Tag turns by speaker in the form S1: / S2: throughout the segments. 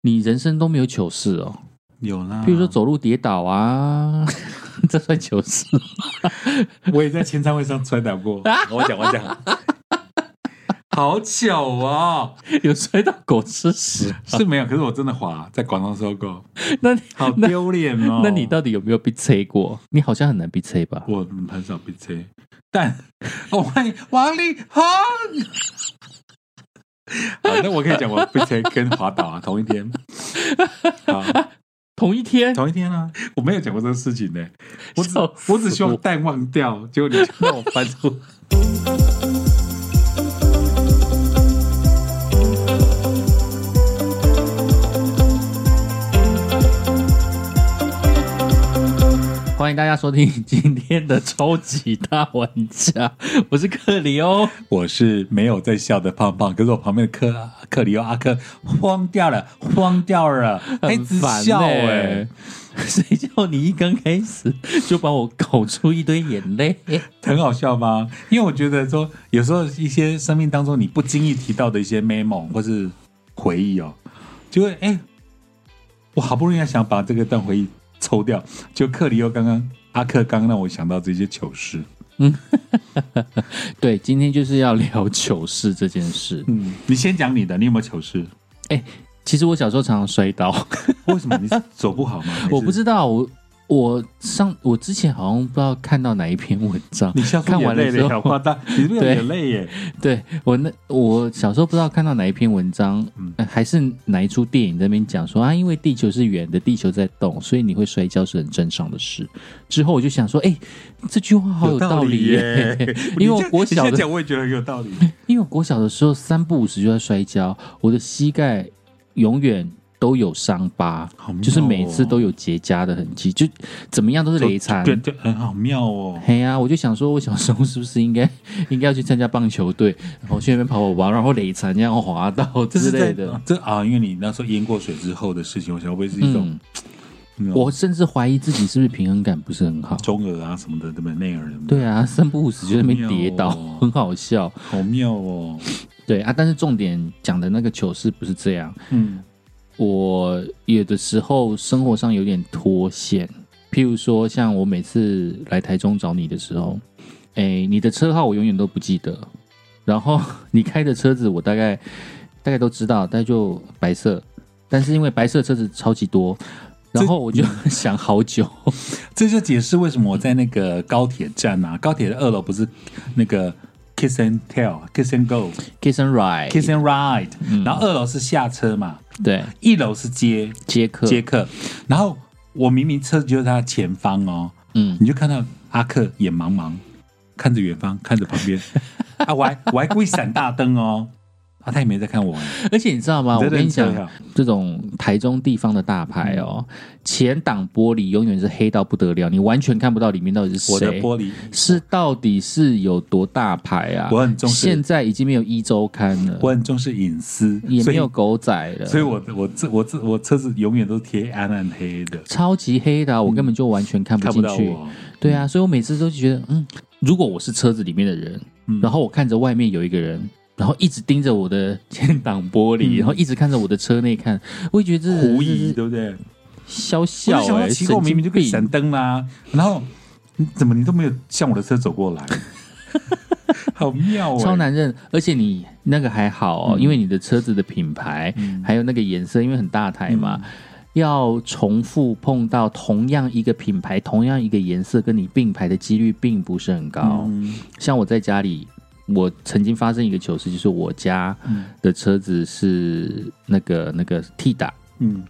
S1: 你人生都没有糗事哦，
S2: 有啦。
S1: 譬如说，走路跌倒啊， 这算糗事。
S2: 我也在签唱会上摔倒过。我讲，我讲，好巧啊，
S1: 有摔到狗吃屎，
S2: 是没有，可是我真的滑，在广东收购，
S1: 那你
S2: 好丢脸哦。
S1: 那你到底有没有被催过？你好像很难被催吧？
S2: 我很少被催，但哦，欢迎王力宏。好，那我可以讲我被催跟滑倒啊，同一 天。好，
S1: 同一天，
S2: 同一天啊，我没有讲过这个事情呢、我只
S1: 笑死
S2: 我只希望
S1: 我
S2: 淡忘掉，结果你就让我翻出。
S1: 欢迎大家收听今天的超级大玩家，我是克里哦。
S2: 我是没有在笑的胖胖，可是我旁边的克克里奥阿克慌掉了，慌掉了，还一
S1: 很
S2: 直
S1: 烦
S2: 笑哎、
S1: 欸谁叫你一刚开始就把我搞出一堆眼泪？
S2: 很好笑吗？因为我觉得说，有时候一些生命当中你不经意提到的一些 memo 或是回忆哦，就会哎、我好不容易想把这个段回忆抽掉，就克里奥刚刚阿克刚刚让我想到这些糗事。
S1: 对，今天就是要聊糗事这件事。
S2: 嗯，你先讲你的，你有没有糗事？
S1: 其实我小时候常常摔倒，
S2: 为什么你是走不好吗？还是
S1: 我不，知道我。我上我之前好像不知道看到哪一篇文章，
S2: 你笑出
S1: 看完
S2: 眼
S1: 了
S2: 泪
S1: 之
S2: 了，
S1: 后
S2: 好 夸张，你是不是有
S1: 对
S2: 眼泪耶？
S1: 对我那我小时候不知道看到哪一篇文章，
S2: 嗯
S1: 呃还是哪一出电影在那边讲说啊，因为地球是圆的，地球在动，所以你会摔跤是很正常的事。之后我就想说，哎、这句话好道理耶， 因为我国小
S2: 你这样
S1: 的，
S2: 讲我也觉得很有道理。
S1: 因为我国小的时候三不五时就在摔跤，我的膝盖永远都有伤疤，
S2: 好妙哦
S1: 就是每次都有结痂的痕迹，就怎么样都是累残。
S2: 对对，很好妙哦。
S1: 嘿呀、我就想说，我小时候是 不是应该应该要去参加棒球队，然后去那边跑跑跑，然后垒残这样滑 到 之
S2: 这是在
S1: 类的。
S2: 这啊，因为你那时候淹过水之后的事情，我想会不会是一种
S1: 嗯，我甚至怀疑自己是不是平衡感不是很好。
S2: 中耳啊什么的，对不对？内耳什么的，
S1: 对啊，三不五时就在那边跌倒，
S2: 好妙哦
S1: 很好笑。
S2: 好妙哦。
S1: 对啊，但是重点讲的那个糗事不是这样。
S2: 嗯，
S1: 我有的时候生活上有点脱线，譬如说像我每次来台中找你的时候，哎，你的车号我永远都不记得，然后 你开的车子我大概大概都知道，但就白色，但是因为白色车子超级多，然后我就想好久，
S2: 这就解释为什么我在那个高铁站啊，高铁的二楼不是那个 kiss and tell，kiss and go，kiss
S1: kiss and ride，
S2: and ride，、然
S1: 嗯
S2: 后二楼是下车嘛，
S1: 对，
S2: 一楼是接
S1: 接客，
S2: 接客，然后我明明车就在他前方哦，
S1: 嗯，
S2: 你就看到阿克眼茫茫，看着远方，看着旁 边，啊，我还我还故意闪大灯哦，啊，他也没在看我，
S1: 而且你知道吗？我
S2: 真的
S1: 跟
S2: 很啊
S1: 你讲
S2: 这，样
S1: 这种台中地方的大牌哦，
S2: 嗯
S1: 前挡玻璃永远是黑到不得了，你完全看不到里面到底是
S2: 我的
S1: 谁。
S2: 啊玻璃，
S1: 是到底是有多大牌啊？
S2: 我很重视
S1: 现在已经没有一周刊了，
S2: 我很重视隐私，
S1: 也
S2: 所
S1: 没
S2: 以
S1: 有狗仔了，
S2: 所以我我这我这我车子永远都贴暗暗黑的，
S1: 超级黑的啊、我根本就完全看不
S2: 嗯看不
S1: 进
S2: 到
S1: 去。
S2: 我。
S1: 对啊，所以我每次都觉得，嗯，如果我是车子里面的人，
S2: 嗯
S1: 然后我看着外面有一个人，然后一直盯着我的前挡玻璃，
S2: 嗯
S1: 然后一直看着我的车内看，我会觉得这人
S2: 狐疑
S1: 是
S2: 对不对？
S1: 消
S2: 我
S1: 笑
S2: 就想
S1: 哎、
S2: 到
S1: 欸，
S2: 奇怪，我
S1: 神
S2: 明明就
S1: 经
S2: 可以
S1: 病
S2: 闪灯啦，然后你怎么你都没有向我的车走 过来，好妙哦！
S1: 超难认，而且你那个还好哦，因为你的车子的品牌、还有那个颜色，因为很大台嘛，要重复碰到同样一个品牌、同样一个颜色跟你并排的几率并不是很高。
S2: 嗯
S1: 像我在家里，我曾经发生一个糗事，就是我家的车子是那个那个 T 打。
S2: 嗯，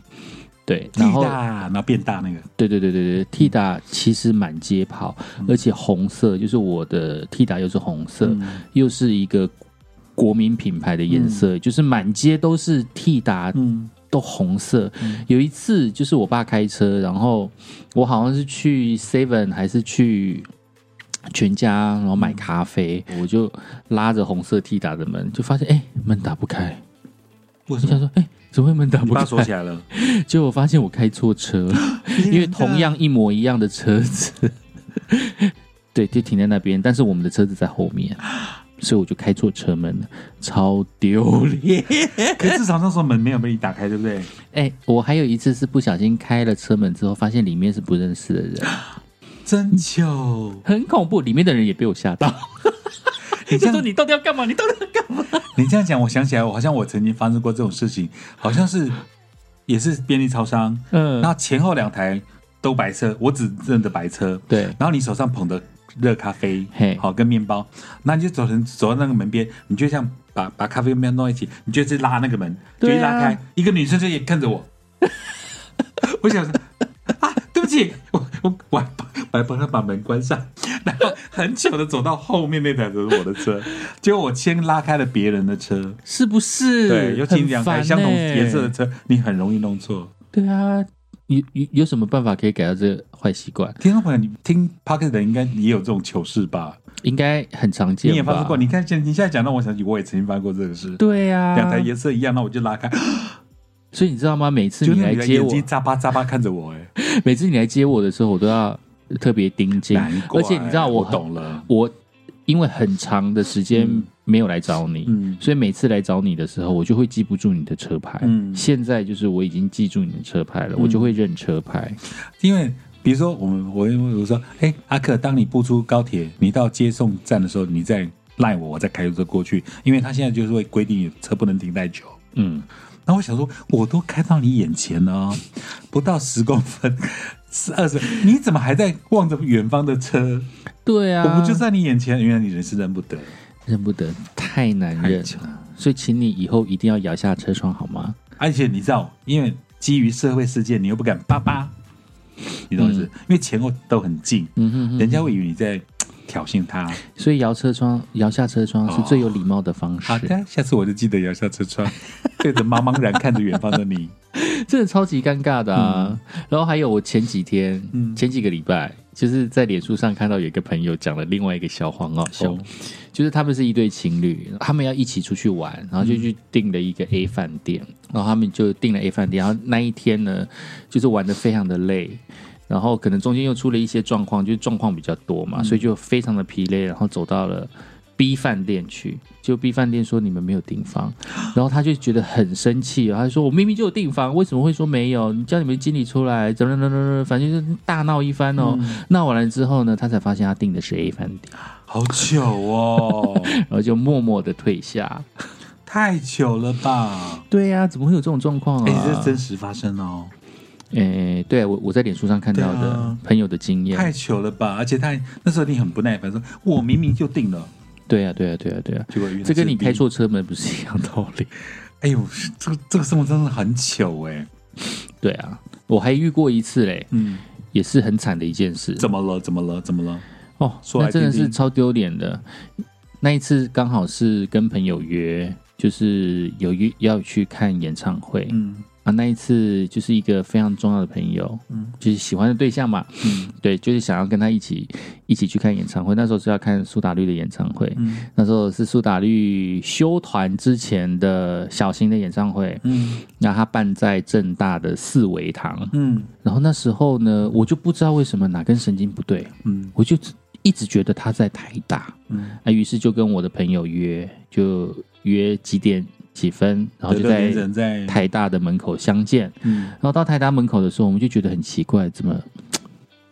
S1: 对，
S2: 地
S1: 然后
S2: 大，然后变大那个，
S1: 对对对对对，T 打其实满街跑，而且红色就是我的 T 打又是红色，
S2: 嗯
S1: 又是一个国民品牌的颜色，就是满街都是 T 达
S2: 嗯
S1: 都红色。
S2: 嗯
S1: 有一次就是我爸开车，然后我好像是去 Seven 还是去全家，然后买咖啡，
S2: 嗯
S1: 我就拉着红色 T 达的门，就发现哎、门打不开，
S2: 为
S1: 我
S2: 什
S1: 想
S2: 么？
S1: 说哎、怎么会门打
S2: 你
S1: 不
S2: 把它
S1: 开？
S2: 锁起来了，
S1: 结果我发现我开错车了。因为同样一模一样 的车子，对，就停在那边，但是我们的车子在后面，啊所以我就开错车门了，超丢脸。
S2: 可至少那时候门没有被你打开，对不对？
S1: 哎、我还有一次是不小心开了车门之后，发现里面是不认识的人，
S2: 真糗！
S1: 很恐怖。里面的人也被我吓到，
S2: 你这
S1: 就
S2: 样
S1: 说你到底要干嘛？你到底要干嘛？
S2: 你这样讲，我想起来，我好像我曾经发生过这种事情，好像是也是便利超商，然
S1: 嗯，
S2: 后前后两台都白车，我只认得白车，
S1: 对，
S2: 然后你手上捧的热咖啡
S1: 嘿，
S2: 好跟面包，那你就走成走到那个门边，你就这样把把咖啡跟面包弄一起，你就去拉那个门，就
S1: 对啊
S2: 一拉开，一个女生就也看着我，我想说啊，对不起，我我我还帮我还帮她把门关上，然后很久的走到后面那台车是我的车，结果我先拉开了别人的车，
S1: 是不是？
S2: 对，尤其
S1: 很
S2: 两台
S1: 烦
S2: 相同
S1: 欸
S2: 颜色的车，你很容易弄错。
S1: 对啊，有有有什么办法可以改掉这个坏习惯？
S2: 听众朋友，你听 p o c k e t 的应该也有这种糗事吧？
S1: 应该很常见吧。
S2: 你也发生过，你看现你现在讲让我想起，我也曾经发生过这个事。
S1: 对啊，
S2: 两台颜色一样，那我就拉开，
S1: 所以你知道吗？每次
S2: 就
S1: 你
S2: 那
S1: 来
S2: 女的
S1: 接
S2: 眼
S1: 我，
S2: 睛眨巴眨巴看着我，哎，
S1: 每次你来接我的时候，我都要特别盯紧。
S2: 难怪。
S1: 而且你知道我
S2: 我
S1: 很
S2: 懂了，
S1: 我因为很长的时间
S2: 嗯
S1: 没有来找你，
S2: 嗯，
S1: 所以每次来找你的时候，我就会记不住你的车牌。
S2: 嗯
S1: 现在就是我已经记住你的车牌了，我就会认车牌。
S2: 因为比如说我们，我我我说，哎，阿克，当你步出高铁，你到接送站的时候，你再赖我，我再开车过去，因为他现在就是会规定车不能停太久。
S1: 嗯，
S2: 然后我想说，我都开到你眼前了、哦，不到十公分， 是二十，你怎么还在望着远方的车？
S1: 对啊，
S2: 我不就在你眼前，原来你人是认不得，
S1: 认不得，太难
S2: 太
S1: 认
S2: 巧
S1: 了。所以，请你以后一定要摇下车窗好吗？
S2: 而且你知道，因为基于社会事件，你又不敢叭叭，你懂我意思？因为前后都很近，
S1: 嗯哼哼，
S2: 人家会以为你在嘖挑衅他。
S1: 所以摇车窗、摇下车窗是最有礼貌的方式。
S2: 好的，下次我就记得摇下车 窗，对着茫茫然看着远方的你。
S1: 真的超级尴尬的啊！然后还有我前几天、
S2: 嗯
S1: 前几个礼拜，就是在脸书上看到有一个朋友讲了另外一个笑话，很好 笑，
S2: 哦
S1: 就是他们是一对情侣，他们要一起出去玩，然后就去订了一个 A 饭店，然后他们就订了 A 饭店，然后那一天呢，就是玩的非常的累。然后可能中间又出了一些状况，就是状况比较多嘛，所以就非常的疲累，然后走到了 B 饭店去，就 B 饭店说你们没有订房，然后他就觉得很生气哦，他就说我明明就有订房，为什么会说没有？你叫你们经理出来，怎么怎么怎么，反正就是大闹一番哦。闹完了之后呢，他才发现他订的是 A 饭店，
S2: 好糗哦，
S1: 然后就默默的退下。
S2: 太糗了吧？
S1: 对呀、怎么会有这种状况啊？
S2: 哎、这真实发生哦，
S1: 诶对、啊我我在脸书上看到
S2: 对
S1: 的
S2: 啊
S1: 朋友的经验，
S2: 太糗了吧！而且他那时候你很不耐烦，说我明明就定了，
S1: 对呀、啊对呀、对呀、对呀、
S2: 结果原来
S1: 这跟你
S2: 是 B
S1: 开错车门不是一样道理？
S2: 哎呦，这个这个生活真的很糗哎、
S1: 对啊，我还遇过一次嘞，
S2: 嗯，
S1: 也是很惨的一件事。
S2: 怎么了？怎么了？怎么了？
S1: 哦，
S2: 说来
S1: 那真的
S2: 听
S1: 是
S2: 听
S1: 超丢脸的。那一次刚好是跟朋友约，就是有约要去看演唱会、
S2: 嗯
S1: 啊。那一次就是一个非常重要的朋友，
S2: 嗯
S1: 就是喜欢的对象嘛，
S2: 嗯
S1: 对，就是想要跟他一起一起去看演唱会。那时候是要看苏打绿的演唱会，
S2: 嗯
S1: 那时候是苏打绿休团之前的小型的演唱会，
S2: 嗯
S1: 那他办在正大的四维堂。
S2: 嗯
S1: 然后那时候呢，我就不知道为什么哪根神经不对，
S2: 嗯
S1: 我就一直觉得他在台大，
S2: 嗯，
S1: 那于是就跟我的朋友约，就约几点几分，然后就
S2: 对
S1: 在
S2: 对人在
S1: 台大的门口相见。
S2: 嗯，
S1: 然后到台大门口的时候，我们就觉得很奇怪，怎么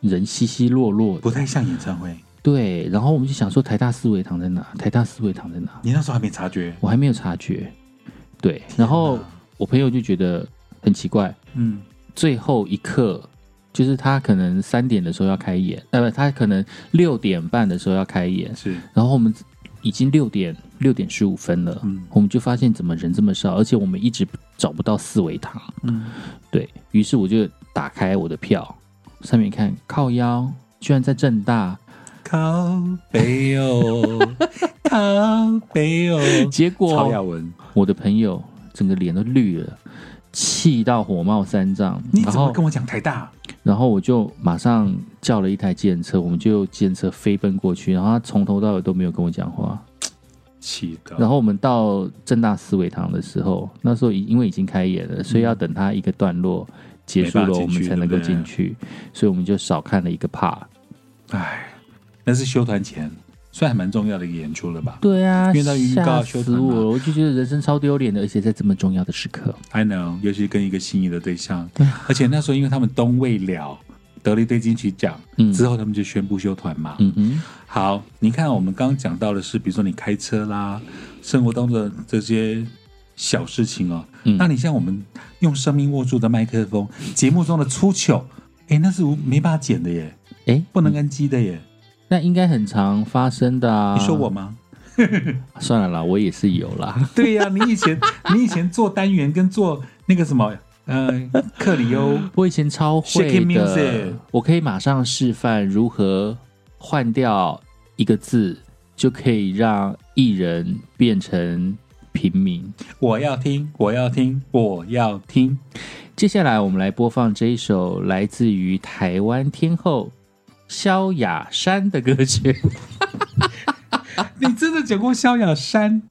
S1: 人稀稀落落的？
S2: 不太像演唱会。
S1: 对，然后我们就想说台大四维堂在哪？台大四维堂在哪？
S2: 你那时候还没察觉，
S1: 我还没有察觉。对，然后我朋友就觉得很奇怪，
S2: 嗯
S1: 最后一刻，就是他可能三点的时候要开演，呃，不，他可能六点半的时候要开演，
S2: 是
S1: 然后我们已经六点六点十五分了，
S2: 嗯
S1: 我们就发现怎么人这么少，而且我们一直找不到四维堂，
S2: 嗯
S1: 对于是我就打开我的票，上面看靠腰，居然在正大，
S2: 靠北哦， 靠北 哦，
S1: 结
S2: 曹雅
S1: 果
S2: 文，
S1: 我的朋友整个脸都绿了。气到火冒三丈，
S2: 你
S1: 然
S2: 怎么
S1: 后
S2: 跟我讲台大？
S1: 然后我就马上叫了一台计程车，我们就计程车飞奔过去，然后他从头到尾都没有跟我讲话。
S2: 气的，
S1: 然后我们到正大思维堂的时候，那时候已因为已经开演了，所以要等他一个段落结束了，
S2: 嗯没办
S1: 我
S2: 法进去
S1: 们才能够
S2: 对不对
S1: 进去，所以我们就少看了一个 part。
S2: 哎，那是休团前，算还蛮重要的一个演出了吧
S1: 对啊，
S2: 因为到预告
S1: 吓
S2: 修
S1: 死
S2: 图
S1: 我
S2: 嘛
S1: 了！我就觉得人生超丢脸的，而且在这么重要的时刻，
S2: ？I know，尤其跟一个心仪的对啊象，而且那时候因为他们东未了得了一堆金曲奖，
S1: 嗯
S2: 之后他们就宣布休团嘛。
S1: 嗯哼，
S2: 好，你看我们刚刚讲到的是，比如说你开车啦，生活当中的这些小事情哦。
S1: 嗯
S2: 那你像我们用生命握住的麦克风，节目中的出糗，哎，那是无没办法剪的耶，
S1: 哎，
S2: 不能跟机的耶。
S1: 那应该很常发生的啊。
S2: 你说我吗？
S1: 算了啦，我也是有 啦。
S2: 对呀、你 以前你以前做单元跟做那个什么呃克里欧，
S1: 我以前超会
S2: Shaking
S1: 的
S2: music，
S1: 我可以马上示范如何换掉一个字，就可以让艺人变成平民。
S2: 我要听，我要听，我要听。
S1: 接下来我们来播放这一首来自于台湾天后萧亚山的歌 曲。
S2: 你真的讲过萧亚山？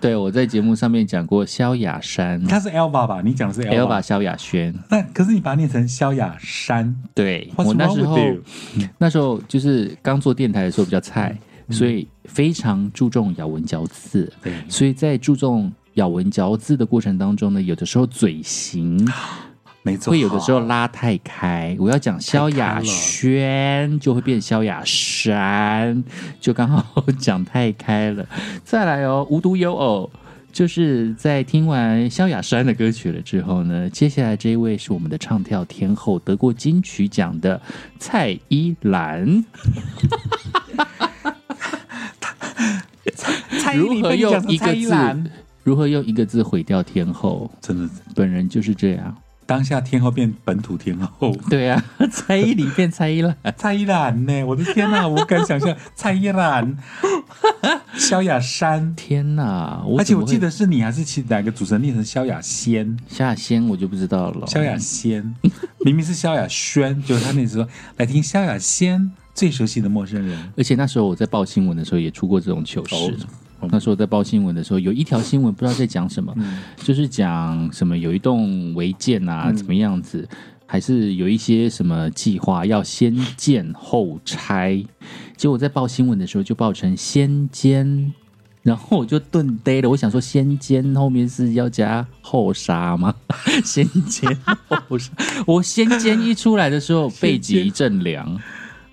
S1: 对，我在节目上面讲过萧亚山
S2: 他是 Elva 吧？你讲的是
S1: l
S2: Elva。
S1: b 萧亚轩。
S2: 那可是你把它念成萧亚山
S1: 对
S2: ，What's
S1: 我那
S2: wrong
S1: 时
S2: with
S1: 候
S2: you？嗯
S1: 那时候就是刚做电台的时候比较菜，所以非常注重咬文嚼字。
S2: 对
S1: 所以在注重咬文嚼字的过程当中呢，有的时候嘴型
S2: 没错，
S1: 会有的时候拉太开。我要讲萧亚轩，就会变萧亚山，就刚好讲太开了。 再来哦，无独有偶。就是在听完萧亚山的歌曲了之后呢，接下来这一位是我们的唱跳天后，得过金曲奖的蔡依兰。
S2: 蔡
S1: 如何用一个
S2: 蔡依兰
S1: 字，如何用一个字毁掉天后？
S2: 真的
S1: 本人就是这样。
S2: 当下天后变本土天后，
S1: 对 啊，蔡依林变蔡依兰，
S2: 蔡依兰呢？我的天哪、我不敢想象蔡依兰、萧亚山，
S1: 天哪！我
S2: 而且
S1: 怎么
S2: 我
S1: 会
S2: 记得是你还是其哪个主持人念成萧亚仙？
S1: 夏仙我就不知道了。
S2: 萧亚仙明明是萧亚轩，就是他那时候来听萧亚仙最熟悉的陌生人。
S1: 而且那时候我在报新闻的时候也出过这种糗事。
S2: 哦
S1: 那时候我在报新闻的时候，有一条新闻不知道在讲什么，就是讲什么有一栋违建啊，怎么样子，还是有一些什么计划要先建后拆。结果在报新闻的时候就报成先奸，然后我就顿呆了。我想说先奸后面是要加后杀吗？ 先奸后杀，我先奸一出来的时候背脊一阵凉。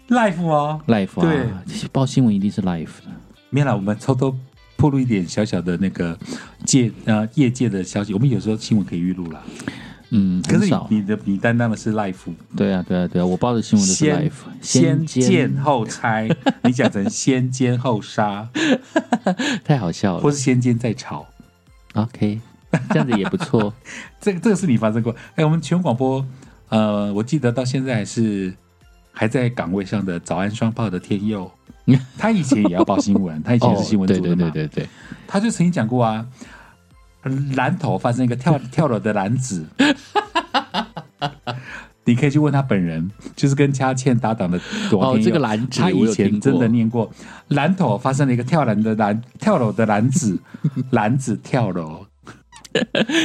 S2: Life 哦，
S1: life
S2: 对
S1: 啊，报新闻一定是 life 的。
S2: 没有啦，我们偷偷透露一点小小的那个界呃业界的消息，我们有时候新闻可以预录啦。
S1: 嗯，
S2: 可
S1: 很
S2: 是
S1: 少。
S2: 你你的你担当的是 life，
S1: 对啊，对啊，对啊，我报的新闻都是 life，
S2: 先啊
S1: 奸
S2: 奸后拆，你讲成先奸 后杀，
S1: 太好笑
S2: 或
S1: 了。
S2: 是先奸再吵，
S1: OK，这样子也不错。
S2: 这个这个是你发生过。哎，我们全广播，呃，我记得到现在还是还在岗位上的早安双炮的 天佑，他以前也要报新闻， 他以前是新闻
S1: 对
S2: 组
S1: 哦
S2: 的
S1: 对对
S2: 嘛，
S1: 对对，
S2: 他就曾经讲过啊，蓝头发生一个跳跳楼的男 子。你可以去问他本人，就是跟佳倩搭档的王
S1: 哦，
S2: 天
S1: 这
S2: 佑
S1: 个蓝纸
S2: 他
S1: 我
S2: 以
S1: 有听
S2: 前真
S1: 过
S2: 的念过，蓝头发生了一个跳篮的篮跳楼的篮 子，篮子跳楼。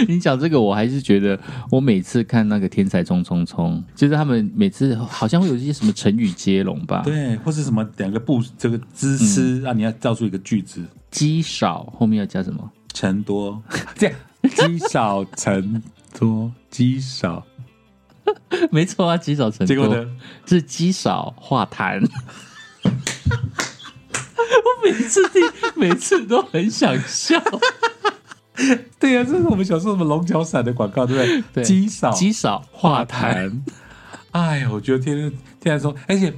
S1: 你讲这个，我还是觉得我每次看那个《天才冲冲冲》，就是他们每次好像会有一些什么成语接龙吧，
S2: 对，或是什么两个步这个姿势，让、你要造出一个句子，
S1: 积少后面要加什么？
S2: 成多 这样，积少成多，积少。
S1: 没错啊，积少成多。
S2: 结果呢？
S1: 是积少化 痰。我每次听，每次都很想 笑。
S2: 对呀、这是我们小时候什么龙角散的广告，对不
S1: 对
S2: 对？积少
S1: 积少化痰，
S2: 谈。哎呀，我觉得天天天天说，而且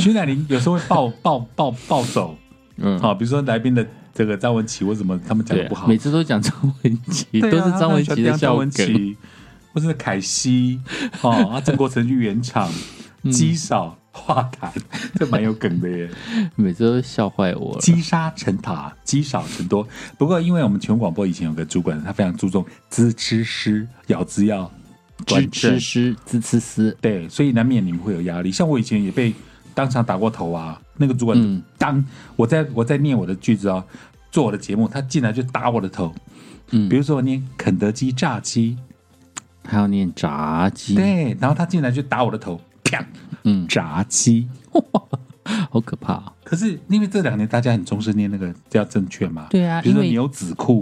S2: 徐乃麟有时候会暴暴暴暴走，
S1: 嗯
S2: 好、啊比如说来宾的这个张文琪或什么，他们讲
S1: 对
S2: 的
S1: 啊，
S2: 不好，
S1: 每次都讲张文琪，
S2: 对啊
S1: 都是张文琪的
S2: 张
S1: 笑
S2: 文
S1: 梗。
S2: 琪，或是凯西哦，啊，郑国成去原厂，积少化痰， 这蛮有梗的耶。
S1: 每次都笑坏我了。
S2: 积沙成塔，积少成多。不过，因为我们全广播以前有个主管，他非常注重字吃诗，咬字要
S1: 知
S2: 端正
S1: 吃诗，滋呲丝。
S2: 对，所以难免你们会有压力。像我以前也被当场打过头啊，那个主管就
S1: 嗯
S2: 当、我在我在念我的句子啊，做我的节目，他进来就打我的头。
S1: 嗯
S2: 比如说我念肯德基炸鸡，
S1: 还要念炸鸡，
S2: 对，然后他进来就打我的头，啪，
S1: 嗯嗯，
S2: 炸鸡。
S1: 好可怕、啊。
S2: 可是因为这两年大家很重视念那个叫证券嘛，
S1: 对啊，
S2: 比如
S1: 因
S2: 说
S1: 为
S2: 牛仔裤、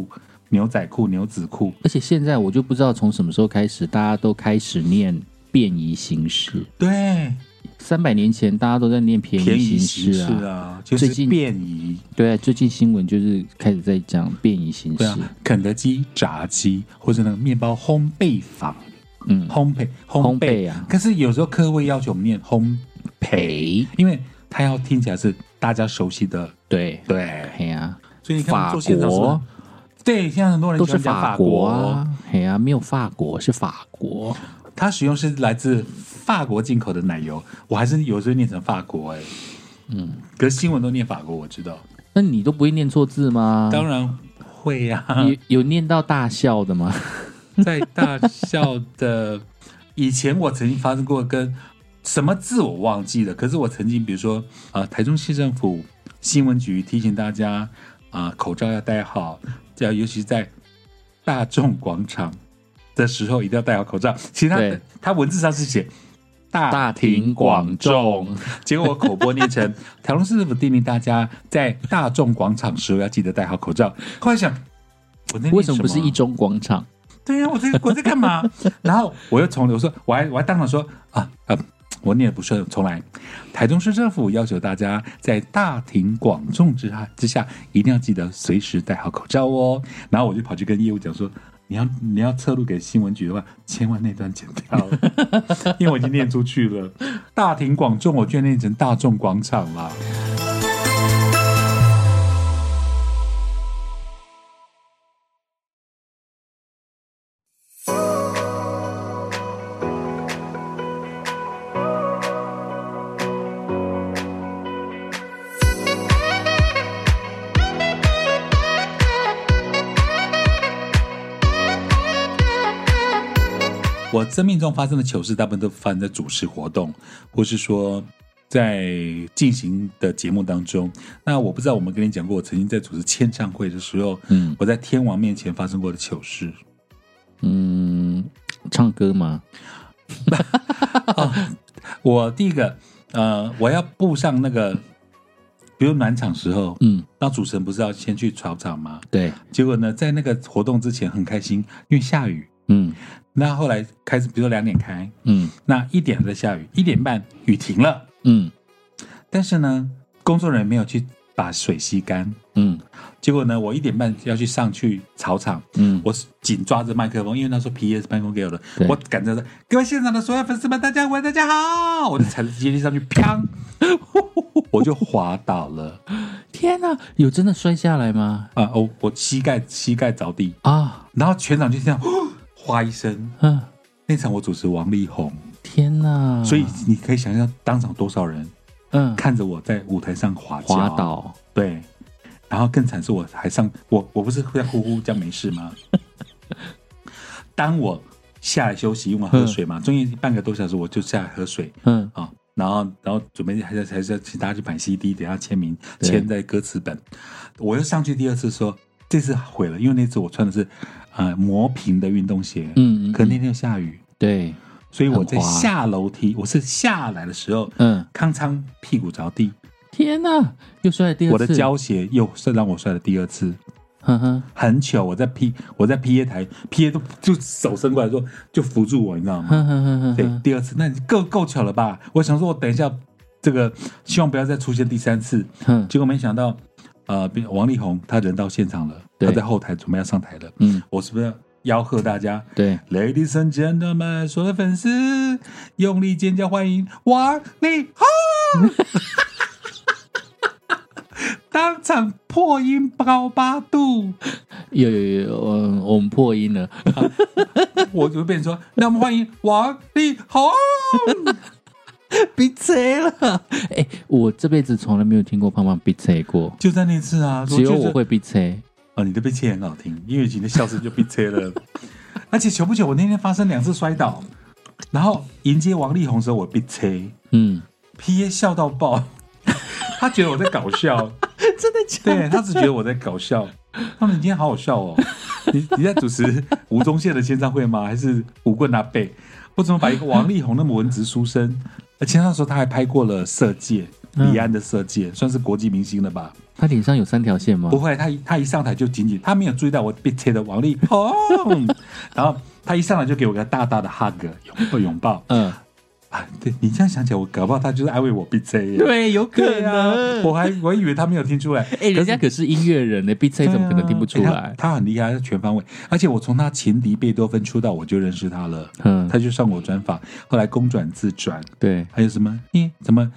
S2: 牛仔裤、牛仔裤，
S1: 而且现在我就不知道从什么时候开始，大家都开始念便宜形式。
S2: 对，
S1: 三百年前大家都在念便
S2: 便宜
S1: 宜
S2: 形
S1: 形
S2: 式
S1: 式啊，
S2: 啊，就
S1: 最
S2: 是
S1: 近
S2: 便宜。
S1: 对啊，最近新闻就是开始在讲便宜形式，
S2: 对啊，肯德基炸鸡或者那个面包烘焙坊，
S1: 嗯，
S2: 烘焙烘
S1: 烘
S2: 焙。
S1: 焙啊，
S2: 可是有时候客户会要求我们念烘焙，
S1: 赔，
S2: 因为他要听起来是大家熟悉的，
S1: 对，
S2: 对。
S1: 嘿啊，
S2: 所以你看我们
S1: 法
S2: 做现场是不是
S1: 国，
S2: 对，现在很多人
S1: 都
S2: 喜
S1: 是
S2: 欢讲
S1: 法
S2: 国哦
S1: 国啊，嘿啊，没有法国是法国，
S2: 它使用是来自法国进口的奶油，我还是有时候念成法国哎、
S1: 嗯，
S2: 可是新闻都念法国，我知道，
S1: 那你都不会念错字吗？
S2: 当然会呀、
S1: 有有念到大笑的 吗？
S2: 在大笑的。以前我曾经发生过跟什么字我忘记了，可是我曾经比如说啊、呃台中市政府新闻局提醒大家啊、呃口罩要戴好，要尤其在大众广场的时候一定要戴好口罩。其实他
S1: 对
S2: 他文字上是写
S1: 大庭广 众，
S2: 结果我口播念成台中市政府叮咛大家在大众广场时候要记得戴好口罩。后来想，我那
S1: 为什么不是
S2: 一
S1: 一中广场？
S2: 对呀、我在我在干嘛？然后我又重我说，我还我还当场说啊啊，我念的不顺，重来。台中市政府要求大家在大庭广众之下之下，一定要记得随时戴好口罩哦。然后我就跑去跟业务讲说。你要你要侧录给新闻局的话，千万那段剪掉，因为我已经念出去了。 大庭广众，我居然念成大众广场啦。我生命中发生的糗事，大部分都发生在主持活动，或是说在进行的节目当中。那我不知道，我们跟你讲过，我曾经在主持签唱会的时候，
S1: 嗯
S2: 我在天王面前发生过的糗事。
S1: 嗯，唱歌吗？
S2: 我第一个，呃，我要步上那个，比如暖场时候，
S1: 嗯，
S2: 那主持人不是要先去草场吗？
S1: 对，
S2: 结果呢，在那个活动之前很开心，因为下雨。
S1: 嗯
S2: 那后来开始，比如说两点开，
S1: 嗯
S2: 那一点还在下雨，一点半雨停了。
S1: 嗯
S2: 但是呢，工作人员没有去把水吸干。
S1: 嗯
S2: 结果呢，我一点半要去上去草场，
S1: 嗯，
S2: 我紧抓着麦克风，因为那时候 P S 麦克风给我的，
S1: 对
S2: 我赶着说：“各位现场的所有粉丝们，大家晚大家好！”我就踩着阶梯上去， 砰，我就滑倒了
S1: 天哪，有真的摔下来吗？
S2: 啊！哦，我膝盖膝盖着地，
S1: 啊，
S2: 然后全场就这样呼哗一声。
S1: 嗯，
S2: 那场我主持王力宏，
S1: 天哪，
S2: 所以你可以想象当场多少人
S1: 嗯，
S2: 看着我在舞台上滑跤
S1: 滑倒，
S2: 对，然后更惨是我还上我我不是在呼呼叫没 事吗？当我下来休息，因为我喝水嘛，中间半个多小时我就下来喝水
S1: 嗯
S2: 啊、然后然后准备还是还是要请大家去买 CD，等一下签名
S1: 对
S2: 签在歌词本。我又上去第二次说，这次毁了，因为那次我穿的是呃磨平的运动鞋，
S1: 嗯嗯，
S2: 可那天又下雨，
S1: 对，
S2: 所以我在
S1: 很滑
S2: 下楼梯，我是下来的时候，
S1: 嗯，
S2: 康昌屁股着地，
S1: 天哪，又摔了第二次，
S2: 我的，胶鞋又是让我摔了第二次。
S1: 哼哼，
S2: 很糗，我在 P 我在 P A 台，P A 都就手伸过来说就扶住我，你知道吗？
S1: 哼哼哼哼
S2: 对，
S1: 哼，
S2: 第二次那你够够糗了吧？我想说，我等一下这个希望不要再出现第三次。
S1: 哼，
S2: 结果没想到，呃，比王力宏他人到现场了，
S1: 对
S2: 他在后台准备要上台了，
S1: 嗯，
S2: 我是不是要吆喝大家
S1: 对，
S2: ，Ladies and gentlemen，所有的粉丝用力尖叫欢迎王力 宏，当场破音高八度。
S1: 有有有，嗯，我们破音了，
S2: 我就变成说，那我们欢迎王力宏。
S1: 闭嘴了，哎，我这辈子从来没有听过胖胖闭嘴过，
S2: 就在那次啊，
S1: 只有
S2: 就
S1: 我
S2: 是
S1: 会闭嘴，
S2: 哦，你的被切很好听，因为你的笑声就被切了。 而且久不久，我那天发生两次摔倒，然后迎接王力宏的时候，我被切
S1: 嗯，
S2: ，P A 笑到爆， 他觉得我在搞笑，
S1: 真的假
S2: 对他只觉得我在搞笑。他们今天好好笑哦，你你在主持吴宗宪的签唱会吗？还是吴棍阿贝？我怎么把一个王力宏那么文质书生，而且那时候他还拍过了《色戒》，
S1: 嗯
S2: 李安的《色戒》算是国际明星了吧？
S1: 他脸上有三条线吗
S2: 不？会，他一他一上台就紧紧，他没有注意到我被贴的王力宏， 然后他一上来就给我个大大的 hug 拥抱拥抱
S1: 嗯，
S2: 啊！对你这样想起来，我搞不好他就是安慰我 B J 耶。
S1: 对，有可
S2: 对啊，我
S1: 能。
S2: 还我还以为他没有听出来，
S1: 哎，人家可是音乐人呢，B C
S2: 对啊
S1: 怎么可能听不出
S2: 哎
S1: 来？
S2: 他他很厉害，他全方位，而且我从他情敌贝多芬出道我就认识他了，
S1: 嗯，
S2: 他就上我专访，后来公转自转，
S1: 对，
S2: 还有什么？你怎么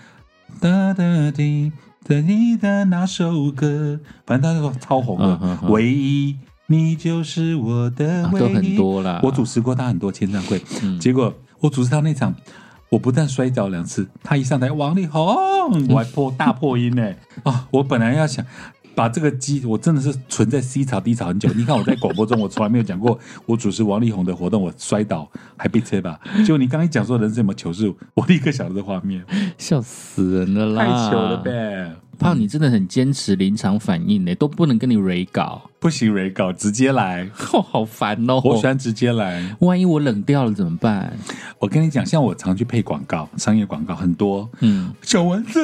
S2: 哒哒滴哒滴的那首歌？反正他那个超红的，
S1: 嗯嗯嗯
S2: 唯一你就是我的
S1: 啊
S2: 唯一，
S1: 都很多啦。
S2: 我主持过他很多签唱会，
S1: 嗯
S2: 结果我主持他那场，我不但摔倒两次，他一上台，王力宏，我还破大破音呢、啊，我本来要想。把这个机，我真的是存在 C 槽 D 槽很久。你看我在广播中，我从来没有讲过我主持王力宏的活动，我摔倒还被车 吧。结果你刚一讲说人生有没有糗事，我立刻想到这画面，
S1: 笑死人了啦！
S2: 太糗了！呗！
S1: 胖，你真的很坚持临场反应呢，都不能跟你 re 搞，
S2: 不行，蕊稿直接来，
S1: 哦好烦哦！
S2: 我喜欢直接来。
S1: 万一我冷掉了怎么办？
S2: 我跟你讲，像我常去配广告，商业广告很多，
S1: 嗯，
S2: 小丸子，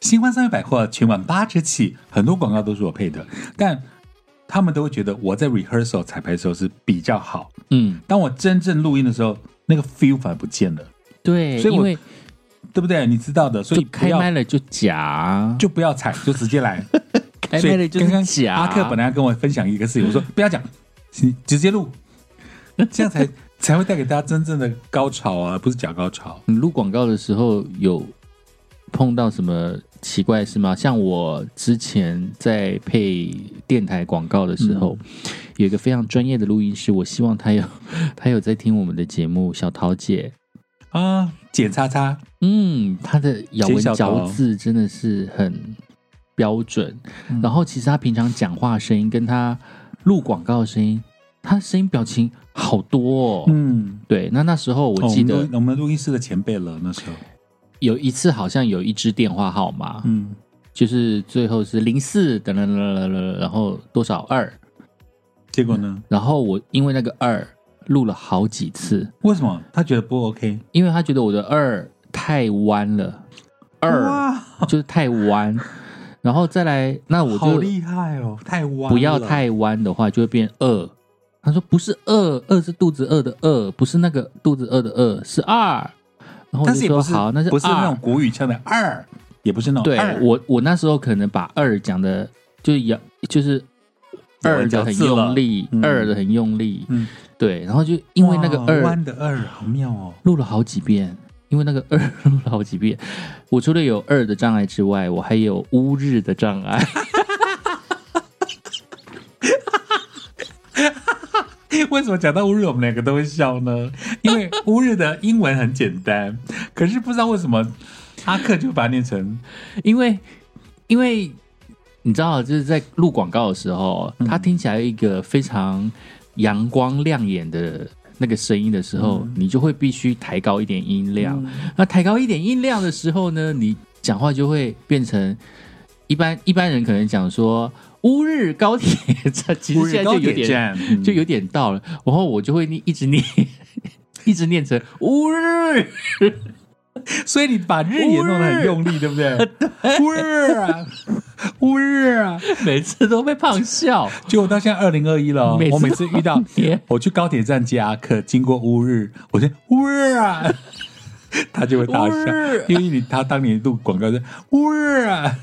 S2: 新欢商业百货全晚八折起，很多广告都是我配的，但他们都会觉得我在 rehearsal 彩排的时候是比较好，
S1: 嗯，
S2: 当我真正录音的时候，那个 feel 反而不见了，
S1: 对，
S2: 所以
S1: 因
S2: 我
S1: 为
S2: 对不对？你知道的，所以
S1: 就
S2: 不
S1: 开
S2: 要
S1: 麦了就假，
S2: 就不要踩，就直接来。
S1: 开
S2: 所
S1: 麦
S2: 以
S1: 哎了就
S2: 刚
S1: 是
S2: 刚嗯
S1: 假。啊
S2: 阿克本来要跟我分享一个事情，我说不要讲，你直接录， 这样才才会带给大家真正的高潮啊，不是假高潮。
S1: 你录广告的时候有碰到什么奇怪的事吗？像我之前在配电台广告的时
S2: 嗯
S1: 候，有一个非常专业的录音师，我希望他有 他有在听我们的节目，小桃姐。哦
S2: 啊，剪叉叉，
S1: 嗯，他的咬文
S2: 简小桃
S1: 嚼字真的是很标准。
S2: 嗯
S1: 然后其实他平常讲话的声音跟他录广告的声音，他的声音表情好多哦。
S2: 嗯，
S1: 对，那那时候我
S2: 哦
S1: 记
S2: 我
S1: 得
S2: 们录我们录音室的前辈了，那时候，
S1: 有一次好像有一支电话号码，
S2: 嗯，
S1: 就是最后是零四等等等等等等，然后多少二，
S2: 结果呢？
S1: 然后我因为那个二录了好几次，
S2: 为什么他觉得不 OK？
S1: 因为他觉得我的二太弯了，二
S2: 哇，
S1: 就是太弯，然后再来那我
S2: 好
S1: 就
S2: 厉害哦，太弯了，
S1: 不要太弯的话就会变二。他说不是二，二是肚子饿的饿，不是那个肚子饿的饿，是二。然后我
S2: 但
S1: 就是
S2: 也不
S1: 说
S2: 是
S1: 好，那
S2: 不是那
S1: 二
S2: 种。古语腔的二，也不是那种
S1: 对
S2: 哦二
S1: 我，我那时候可能把二讲的，就是咬，就是
S2: 咬
S1: 二
S2: 文嚼
S1: 的很
S2: 字了
S1: 用力，
S2: 嗯
S1: 二的很用力，
S2: 嗯，
S1: 对，然后就因为那个
S2: 哇
S1: 二
S2: 弯的二，好妙哦，
S1: 录了好几遍，因为那个二 录了好几遍，我除了有二的障碍之外，我还有乌日的障碍，
S2: 为什么讲到乌日，我们两个都会笑呢？ 因为乌日的英文很简单，可是不知道为什么阿克就把它念成
S1: 因为因为你知道，就是在录广告的时候，
S2: 嗯
S1: 它听起来有一个非常阳光亮眼的。那个声音的时候，
S2: 嗯
S1: 你就会必须抬高一点音量，那抬高一点音量的时候呢，你讲话就会变成一般一般人可能讲说乌日高铁站，其
S2: 乌
S1: 实现在
S2: 日
S1: 就
S2: 高
S1: 有
S2: 铁
S1: 点
S2: 站，嗯
S1: 就有点到了，然后我就会念一直念。 一直念成乌日，
S2: 所以你把日也弄得很用力，对 不对？乌日啊， 乌日啊，
S1: 每次都被胖笑。
S2: 结果到现在二零二一了哦、
S1: 每次
S2: 我每次遇到
S1: 别
S2: 我去高铁站接阿克，经过乌日，我就乌日啊，他就会大
S1: 乌
S2: 笑
S1: 日，
S2: 因为你他当年录广告是乌日啊，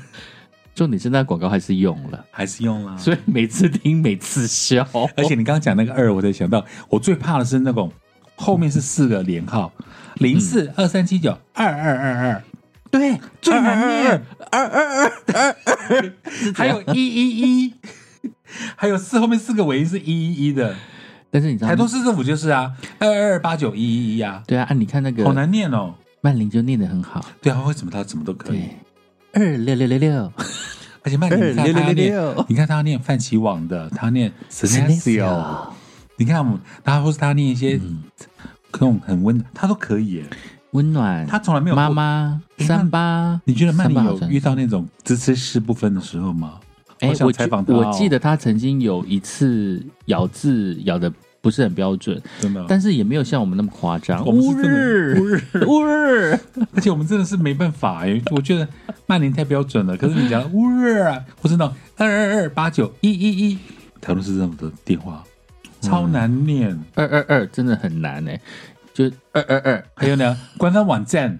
S1: 重点是那广告还是用了，
S2: 还是用啦。
S1: 所以每次听每次笑。
S2: 而且你刚刚讲那个二，我才想到，我最怕的是那种后面是四个连号，零四二三七九二二二二，
S1: 对，
S2: 最难念
S1: 二二二二二，
S2: 还有一一一，还有四后面四个尾音是一一一的。
S1: 但是你知道
S2: 台
S1: 吗
S2: 东？市政府就是啊，二二八九一一一啊，
S1: 对啊，啊你看那
S2: 好
S1: 个
S2: 难念哦。
S1: 曼玲就念得很好，
S2: 对啊，为什么他怎么都可以？
S1: 对，二六六六六。
S2: 而且曼
S1: 二
S2: 玲， 你看他要念
S1: 666，
S2: 你看他要念泛奇网的，他念 s e n a c i o 你看我们，他或是他念一些
S1: 嗯
S2: 那种很温，他都可以耶。
S1: 温暖，
S2: 他从来没有
S1: 妈。妈
S2: 诶
S1: 三八，
S2: 你觉得曼
S1: 三
S2: 玲
S1: 八好
S2: 有
S1: 像
S2: 遇到那种支持事不分的时候吗？
S1: 哎，
S2: 我
S1: 我
S2: 想
S1: 记
S2: 采访他哦
S1: 我记得他曾经有一次咬字咬的不是很标准，
S2: 真的。
S1: 但是也没有像我们那么夸张。
S2: 嗯我们是
S1: 乌
S2: 真的
S1: 日，
S2: 乌日，
S1: 乌日，
S2: 而且我们真的是没办法哎、我觉得曼宁太标准了。可是你讲乌日啊，或是那种二二二八九一一一，台中市政府的电话超难念。
S1: 二二二真的很难哎、就二二二
S2: 还有呢，官方网站，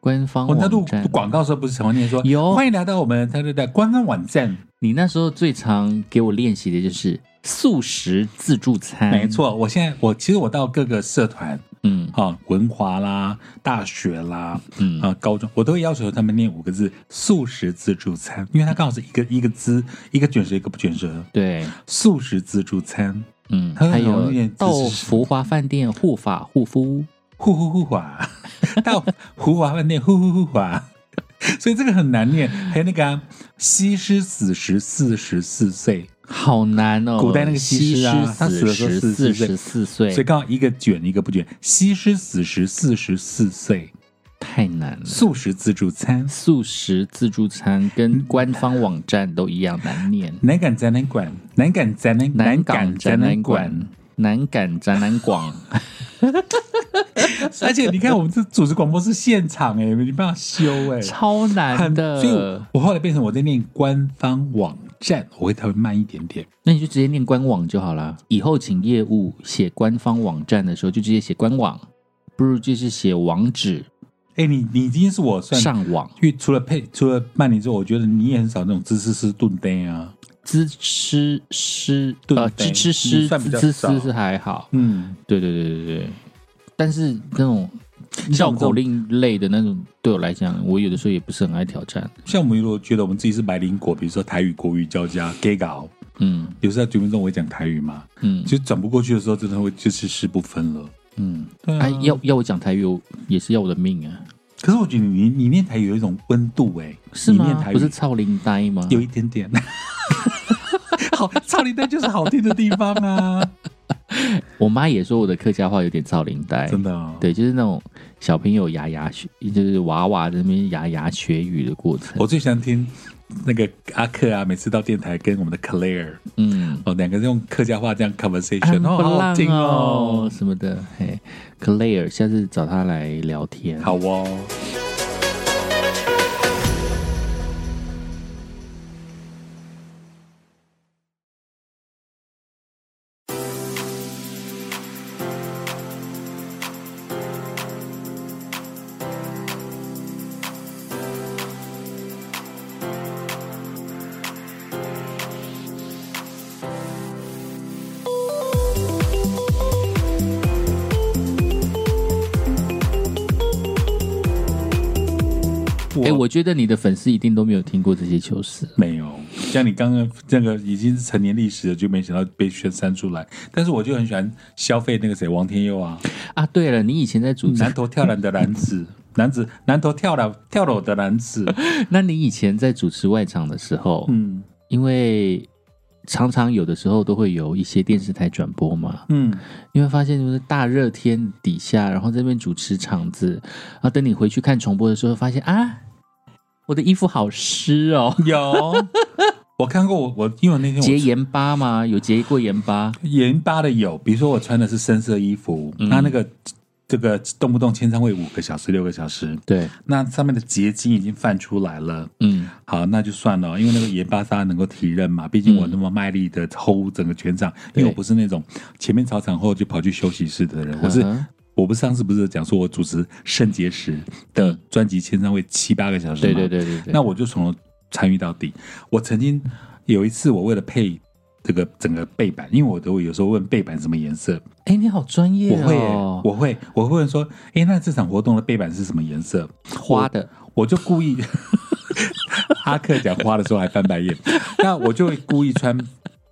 S1: 官方
S2: 哦我那录
S1: 哦网站。
S2: 广告的时候不是常会念说
S1: 有
S2: 欢迎来到我们他的官方网站。
S1: 你那时候最常给我练习的就是素食自助餐，
S2: 没，错，我现在我其实我到各个社团
S1: 嗯
S2: 啊，文华啦、大学啦、
S1: 嗯，
S2: 啊高中，我都会要求他们念五个字“素食自助餐”，因为它刚好是一个一个字，一个卷舌一个不卷舌。
S1: 对，
S2: 素食自助餐，
S1: 嗯，
S2: 它
S1: 还
S2: 很容
S1: 有
S2: 易练
S1: 豆
S2: 自食
S1: 腐花饭店护法护肤，
S2: 呼呼呼华， 到胡华饭店呼呼呼华，所以这个很难念。还有那个、啊、西施死时四十四岁，
S1: 好难哦。
S2: 古代那个西施啊他死
S1: 死
S2: 的时候
S1: 时
S2: 44岁
S1: 十四岁
S2: 所以，刚好一个卷一个不卷。西施死时四十四岁，
S1: 太难了。
S2: 素食自助餐，
S1: 素食自助餐跟官方网站都一样难念，
S2: 南港展览馆，南港展览，
S1: 南
S2: 港
S1: 港
S2: 展
S1: 展
S2: 览
S1: 览
S2: 馆
S1: 馆。，南港展览 馆，
S2: 而且你看，我们这主持广播是现场哎、没办法修哎、
S1: 超难
S2: 很，所以
S1: 的
S2: 我。我后来变成我在念官方网站，我会稍微慢一点点。
S1: 那你就直接念官网就好啦。以后请业务写官方网站的时候，就直接写官网，不如就是写网址
S2: 哎、你你已经是我算
S1: 上网。
S2: 因为除了配除了曼宁之后，我觉得你也很少那种知识是顿呆啊。
S1: 滋吃诗
S2: 对
S1: 呃，
S2: 对
S1: 滋吃
S2: 你
S1: 诗
S2: 算比较
S1: 滋滋
S2: 少
S1: 诗是还好，
S2: 嗯，
S1: 对对对对对。但是那种
S2: 像
S1: 绕
S2: 我们这种
S1: 口令类的那种，对我来讲，我有的时候也不是很爱挑战。
S2: 像我们如果觉得我们自己是白灵果，比如说台语、国语交加、gay 搞，
S1: 嗯
S2: 有时候在节目中我会讲台语嘛，
S1: 嗯
S2: 就转不过去的时候，真的会就是事不分了。
S1: 嗯，
S2: 对啊
S1: 哎、要要我讲台语，我也是要我的命啊，
S2: 可是我觉得你你念台语有一种温度哎、
S1: 是
S2: 你念
S1: 吗？
S2: 台语
S1: 不是超龄呆吗？
S2: 有一点点。 好，操你蛋就是好听的地方 啊！
S1: 哎我妈也说我的客家话有点超龄呆，
S2: 真的、哦，
S1: 对，就是那种小朋友牙牙学，就是娃娃在那边牙牙学语的过程。
S2: 我最喜欢听那个阿克啊，每次到电台跟我们的 Claire
S1: 嗯，
S2: 哦，两个人用客家话这样 conversation，
S1: 很
S2: 然后、
S1: 不
S2: 好好
S1: 嗯浪
S2: 听
S1: 哦
S2: 哦。
S1: 什么的。嘿，Claire，下次找她来聊天。
S2: 好哦。
S1: 哎、我觉得你的粉丝一定都没有听过这些糗事。
S2: 没有，像你刚刚这个已经是成年历史了，就没想到被宣删出来。但是我就很喜欢消费那个谁，王天佑啊，
S1: 啊，对了，你以前在主持，
S2: 南头跳篮的 男子，男子南头跳楼跳楼的男子，
S1: 那你以前在主持外场的时候，
S2: 嗯
S1: 因为常常有的时候都会有一些电视台转播嘛，
S2: 嗯，
S1: 你会发现就是大热天底下，然后在那边主持场子，然后等你回去看重播的时候，发现啊，我的衣服好湿 哦，
S2: 嗯有，我看过我我因为我那天
S1: 结
S2: 我
S1: 盐巴吗？有结过盐巴？
S2: 盐巴的有，比如说我穿的是深色衣服，
S1: 嗯
S2: 那、那个这个动不动签唱会五个小时六个小时，
S1: 对，
S2: 那上面的结晶已经泛出来了。
S1: 嗯
S2: 好，那就算了，因为那个盐巴沙能够体认嘛，毕竟我那么卖力的 hold 整个全场，
S1: 嗯
S2: 因
S1: 对
S2: 为我不是那种前面操场后就跑去休息室的人，我是
S1: 嗯哼
S2: 我不是上次不是讲说我主持肾结石的专辑签唱会七八个小时
S1: 嗯对
S2: 吗？
S1: 对对对对。
S2: 那我就从头参与到底。我曾经有一次，我为了配这个整个背板，因为我都有时候问背板什么颜色，
S1: 哎、你好专业
S2: 我会、
S1: 哦，
S2: 我会我会问说，诶，那这场活动的背板是什么颜色？
S1: 花的，
S2: 我就故意， 阿克讲花的时候还翻白眼，那我就会故意穿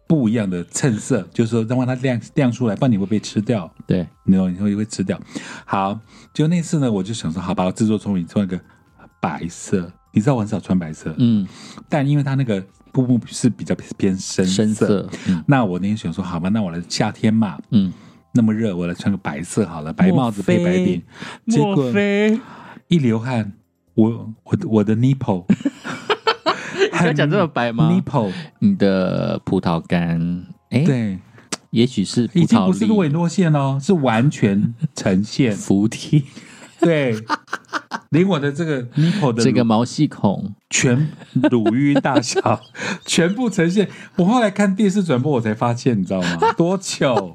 S2: 不一样的衬色，就是说让它亮亮出来，不然你会被吃掉，
S1: 对，
S2: 你懂？你会会吃掉。好，就那次呢，我就想说，好吧，我自作聪明穿一个白色，你知道我很少穿白色，
S1: 嗯，
S2: 但因为它那个布布是比较偏深
S1: 深
S2: 色，
S1: 色，嗯
S2: 那我那天想说，好吧，那我来夏天嘛，
S1: 嗯，
S2: 那么热，我来穿个白色好了，白帽子配白顶，结果
S1: 非
S2: 一流汗，我我的我的 nipple
S1: 你要讲这么白吗？
S2: nipple
S1: 你的葡萄干，哎，
S2: 对，
S1: 也许是葡
S2: 已经
S1: 萄
S2: 不是
S1: 粒、
S2: 洛韦诺线哦，是完全呈 现。
S1: 服 体，
S2: 对，连我的这个 Nico 的
S1: 这个毛细孔，
S2: 全乳晕 大小全部呈现。我后来看电视转播，我才发现，你知 道吗？多糗！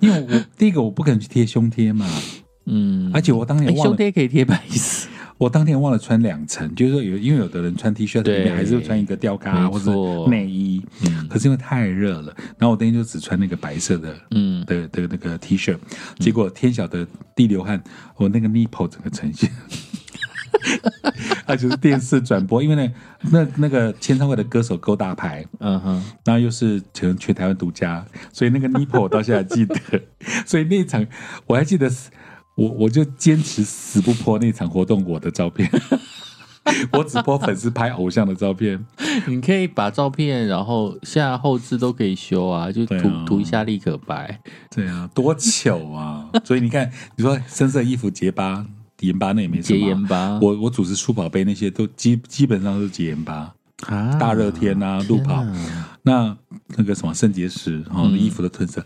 S2: 因为我第一个我不肯去贴胸贴嘛，
S1: 嗯，
S2: 而且我当
S1: 哎
S2: 年忘
S1: 胸
S2: 了，
S1: 贴可以贴白 色，
S2: 我当天忘了穿两层，就是说有因为有的人穿 T 恤里
S1: 对
S2: 面还是会穿一个吊嘎啊
S1: 没
S2: 或者
S1: 错
S2: 内衣，
S1: 嗯
S2: 可是因为太热了，然后我当天就只穿那个白色的
S1: 嗯，
S2: 的的那个 T 恤，结果天晓得地流汗，我那个 nipple 整个呈现。 啊，就是电视转播，因为那那那个签唱会的歌手够大牌，
S1: 嗯哼，
S2: 然后又是全全台湾独家，所以那个 nipple 我到现在还记得， 所以那一场我还记得死，我我就坚持死不泼那场活动我的照片， 我只泼粉丝拍偶像的照片，
S1: 你可以把照片，然后下后置都可以修啊，就涂
S2: 对啊
S1: 涂一下立可白，
S2: 对啊，多糗啊！所以你看，你说深色衣服结疤、盐巴那也没什
S1: 洁
S2: 么啊，
S1: 颜吧，
S2: 我我组织书跑杯那些都基基本上都是戒盐巴，
S1: 啊
S2: 大热天啊，路跑，那那个什么肾结石，然后
S1: 嗯
S2: 哦衣服的褪色，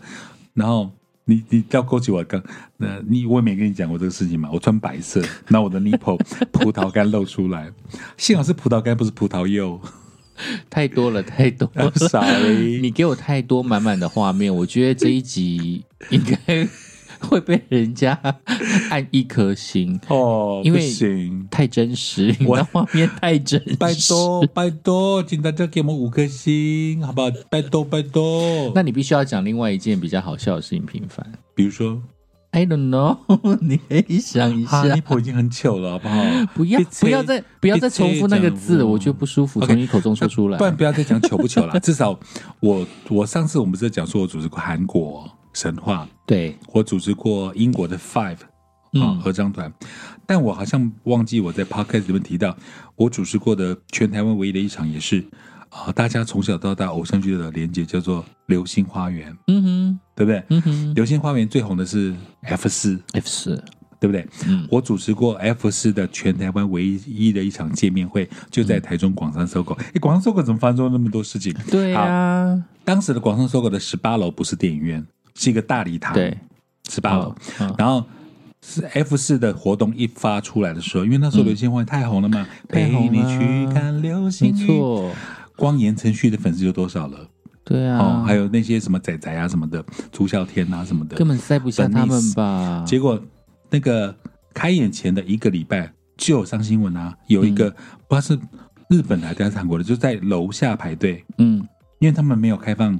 S2: 然后你你要勾起我刚，那你我也没跟你讲过这个事情嘛，我穿白色， 然后我的 nipple 葡萄干露出来，幸好是葡萄干不是葡萄柚
S1: 太多了，太多 了。
S2: ，I'm，sorry，
S1: 你给我太多满满的画面，我觉得这一集应该 会被人家按一颗星，
S2: 哦，
S1: 因为
S2: 不行。
S1: 太真实，你
S2: 我
S1: 的画面太真实。
S2: 拜托，拜托，请大家给我们五颗星，好不好？拜托，拜托。
S1: 那你必须要讲另外一件比较好笑的事情平反。
S2: 比如说，
S1: I don't know，你 可以想一
S2: 哈
S1: 下
S2: 尼，婆已经很糗了，好不好？
S1: 啊 不要
S2: 别
S1: 不要再不要再重复那个字，
S2: 别
S1: 我觉得不舒服，
S2: OK，
S1: 从你口中说出来
S2: 不。然不要再讲糗不糗 了。至少我我上次我们是讲说我组织过韩国神话，
S1: 对，
S2: 我组织过英国的 Five 啊、
S1: 嗯
S2: 合唱团，但我好像忘记我在 Podcast 里面提到，我主持过的全台湾唯一的一场也是啊、大家从小到大偶像剧的连接叫做《流星花园》，
S1: 嗯哼，
S2: 对不对？
S1: 嗯哼
S2: 流星花园》最红的是 F 四，
S1: ，F 四，
S2: 对不对？
S1: 嗯
S2: 我主持过 F 四的全台湾唯一的一场见面会，就
S1: 嗯
S2: 在台中广商搜狗。哎，广商搜狗怎么发生那么多事情？
S1: 对啊，
S2: 当时的广商搜狗的十八楼不是电影院，是一个大礼堂，
S1: 对，
S2: 十八楼
S1: 哦。嗯
S2: 然后是 F 四的活动一发出来的时候，因为那时候流星花园太红了嘛，
S1: 嗯太
S2: 陪
S1: 红
S2: 你
S1: 了
S2: 去看流星
S1: 没
S2: 雨，
S1: 错，
S2: 光言承旭的粉丝有多少了？
S1: 对
S2: 哦
S1: 啊，，
S2: 还有那些什么仔仔啊什么的，朱孝天啊什么的，
S1: 根本塞不下他们吧？
S2: 结果那个开演前的一个礼拜就有上新闻啊，有一个、
S1: 嗯
S2: 不知道是日本的还是韩国的，就在楼下排队，
S1: 嗯
S2: 因为他们没有开放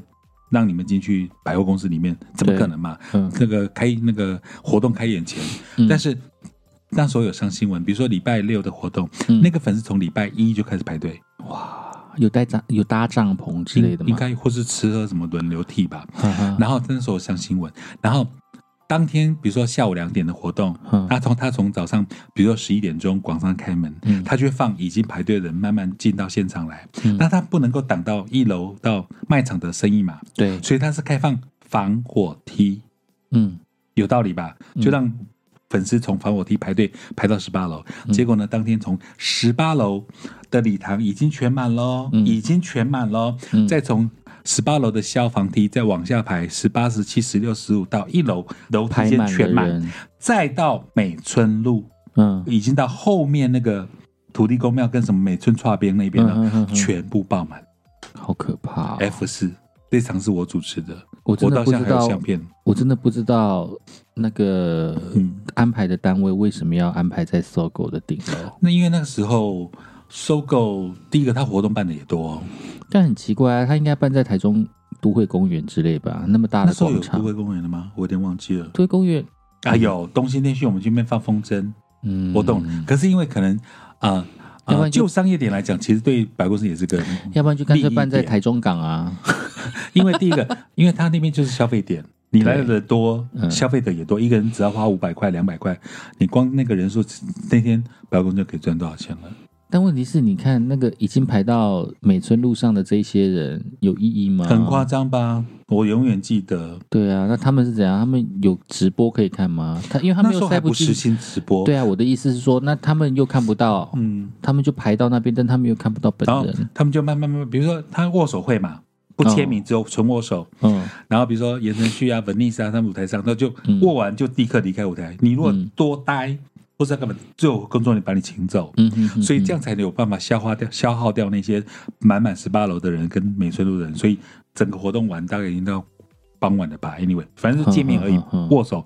S2: 让你们进去百货公司里面，怎么
S1: 对
S2: 可能嘛？
S1: 嗯
S2: 那个开那个活动开演前，
S1: 嗯
S2: 但是那时候有上新闻，比如说礼拜六的活动，
S1: 嗯
S2: 那个粉丝从礼拜一就开始排队，
S1: 有搭帐有搭帐篷之类的嗯
S2: 应
S1: 吗？
S2: 该或是吃喝什么轮流替吧。
S1: 哈哈
S2: 然后那时候有上新闻，然后当天比如说下午两点的活动，
S1: 嗯
S2: 他从他从早上，比如说十一点钟广场开门，
S1: 嗯
S2: 他就会放已经排队的人慢慢进到现场来，
S1: 嗯
S2: 那他不能够挡到一楼到卖场的生意嘛，
S1: 对，
S2: 所以他是开放防火梯，
S1: 嗯
S2: 有道理吧？
S1: 嗯
S2: 就让粉丝从防火梯排队排到十八楼，
S1: 嗯
S2: 结果呢，当天从十八楼的礼堂已经全满喽，
S1: 嗯
S2: 已经全满喽，
S1: 嗯
S2: 再从。十八楼的消防梯再往下排，十八、十七、十六、十五到一楼楼梯
S1: 排
S2: 间
S1: 满
S2: 全
S1: 的
S2: 满，
S1: 人，
S2: 再到美村路，
S1: 嗯
S2: 已经到后面那个土地公庙跟什么美村岔边那边了，
S1: 嗯嗯嗯嗯
S2: 全部爆满。
S1: 好可怕哦！
S2: F 四这场是我主持的，
S1: 我真
S2: 我
S1: 的
S2: 到
S1: 不
S2: 现在
S1: 知
S2: 还有
S1: 道，
S2: 相片。
S1: 我真的不知道那个
S2: 嗯
S1: 安排的单位为什么要安排在搜狗的顶楼，
S2: 那因为那个时候搜狗，第一个它活动办的也多，哦
S1: 但很奇怪啊，他应该办在台中都会公园之类吧？那么大
S2: 那
S1: 的
S2: 时候有
S1: 广
S2: 都
S1: 场，
S2: 会公园的吗？我有点忘记了。
S1: 都会公园，
S2: 啊，有东兴电讯，我们去那边放风筝
S1: 嗯，
S2: 活动，可是因为可能啊。
S1: 要不
S2: 呃，
S1: 然就
S2: 就商业点来讲，其实对百货公司也 是个，
S1: 要不然就干脆办在
S2: 利益点
S1: 台中港啊，
S2: 因为第一 个，因为他那边就是消费点，你来的人多，
S1: 嗯
S2: 消费者也多，一个人只要花五百块、两百块，你光那个人数，那天百货公司就可以赚多少钱了？
S1: 但问题是，你看那个已经排到美村路上的这些人，有意义吗？
S2: 很夸张吧？我永远记得
S1: 对啊，那他们是怎样？他们有直播可以看吗？他因为他
S2: 那
S1: 们
S2: 时候
S1: 又
S2: 还
S1: 塞
S2: 不实
S1: 进。
S2: 行直播，
S1: 对啊，我的意思是说，那他们又看不到，
S2: 嗯，
S1: 他们就排到那边，但他们又看不到
S2: 然
S1: 本
S2: 后
S1: 人。
S2: 他们就慢慢慢慢，比如说他握手会嘛，不签名，只有纯握手。
S1: 嗯，
S2: 然后比如说言承旭啊、文丽莎他们舞台上，那就
S1: 嗯
S2: 握完就立刻离开舞台。你如果
S1: 嗯
S2: 多待或者干嘛，最后工作人员把你请走。
S1: 嗯哼哼
S2: 所以这样才能有办法消化掉、消耗掉那些满满十八楼的人跟美村路的人。所以整个活动完大概已经到傍晚了吧？Anyway，反正是见面而已
S1: 嗯嗯嗯嗯，
S2: 握手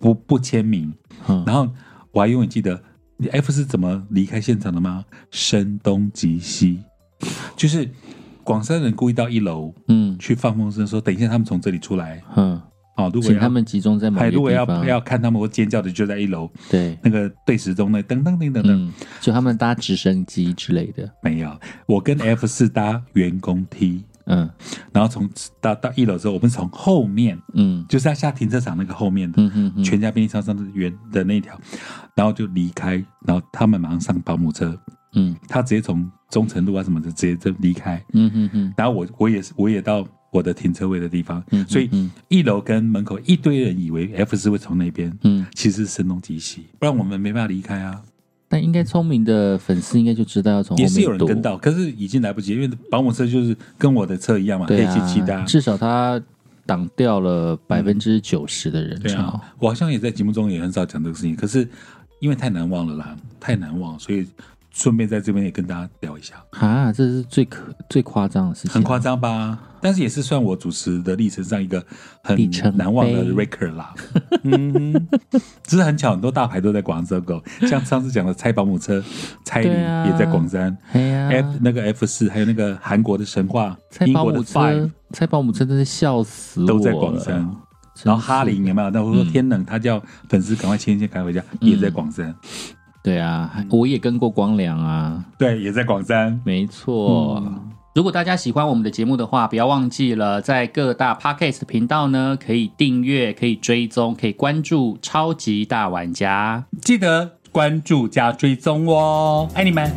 S2: 不不签名。
S1: 嗯
S2: 然后我还永远记得你 F 是怎么离开现场的吗？声东击西，就是广山人故意到一楼
S1: 嗯
S2: 去放风声，说等一下他们从这里出来
S1: 嗯，
S2: 哦，如果
S1: 请
S2: 要
S1: 他们集中在某
S2: 还
S1: 一
S2: 如果
S1: 个
S2: 要
S1: 地方，
S2: 要看他们或尖叫的就在一楼
S1: 对，
S2: 那个对时钟那噔噔噔噔噔。
S1: 嗯，就他们搭直升机之类的，
S2: 没有，我 跟 F 四搭员工梯，
S1: 嗯
S2: 然后从搭到一楼之后，我们从后面，
S1: 嗯
S2: 就是要下停车场那个后面的、
S1: 嗯嗯嗯，
S2: 全家便利商商的原的那条，然后就离开，然后他们马上上保姆车，
S1: 嗯
S2: 他直接从中城路啊什么的直接就离开，
S1: 嗯嗯嗯
S2: 然后我我也是我也到我的停车位的地方，
S1: 嗯，
S2: 所以
S1: 嗯
S2: 一楼跟门口一堆人以为 F 四会从那边，
S1: 嗯，
S2: 其实是声东击西，不然我们没办法离开啊。
S1: 但应该聪明的粉丝应该就知道要从后
S2: 也
S1: 面
S2: 是有人
S1: 躲
S2: 跟到，可是已经来不及，因为保姆车就是跟我的车一样嘛，
S1: 对
S2: 黑漆漆的啊
S1: 啊，。至少他挡掉了百分之九十的人
S2: 嗯对
S1: 潮，
S2: 啊，我好像也在节目中也很少讲这个事情，可是因为太难忘了啦，太难忘，所以顺便在这边也跟大家聊一下，
S1: 啊，这是最可最夸张的事情，
S2: 很夸张吧？但是也是算我主持的历程上一个很
S1: 里程碑
S2: 难忘的 record 啦。嗯，只是很巧，很多大牌都在广州狗，像上次讲的拆保姆车，蔡
S1: 对啊
S2: 琳也在广山。
S1: 哎呀，
S2: F 那个 F 四，还有那个韩国的神话，
S1: 猜
S2: 英
S1: 保
S2: 国的
S1: 姆
S2: Five
S1: 车，猜保姆车真是笑死我了，
S2: 都在广山，
S1: 哦真是
S2: 然后哈林有没有？那我说天冷，他叫粉丝赶快签一签，赶快回家，也在广山，
S1: 对啊，我也跟过光良啊，
S2: 对，也在广山。
S1: 没错。如果大家喜欢我们的节目的话，不要忘记了在各大 podcast 频道呢，可以订阅、可以追踪、可以关注超级大玩家。
S2: 记得关注加追踪哦，爱你们，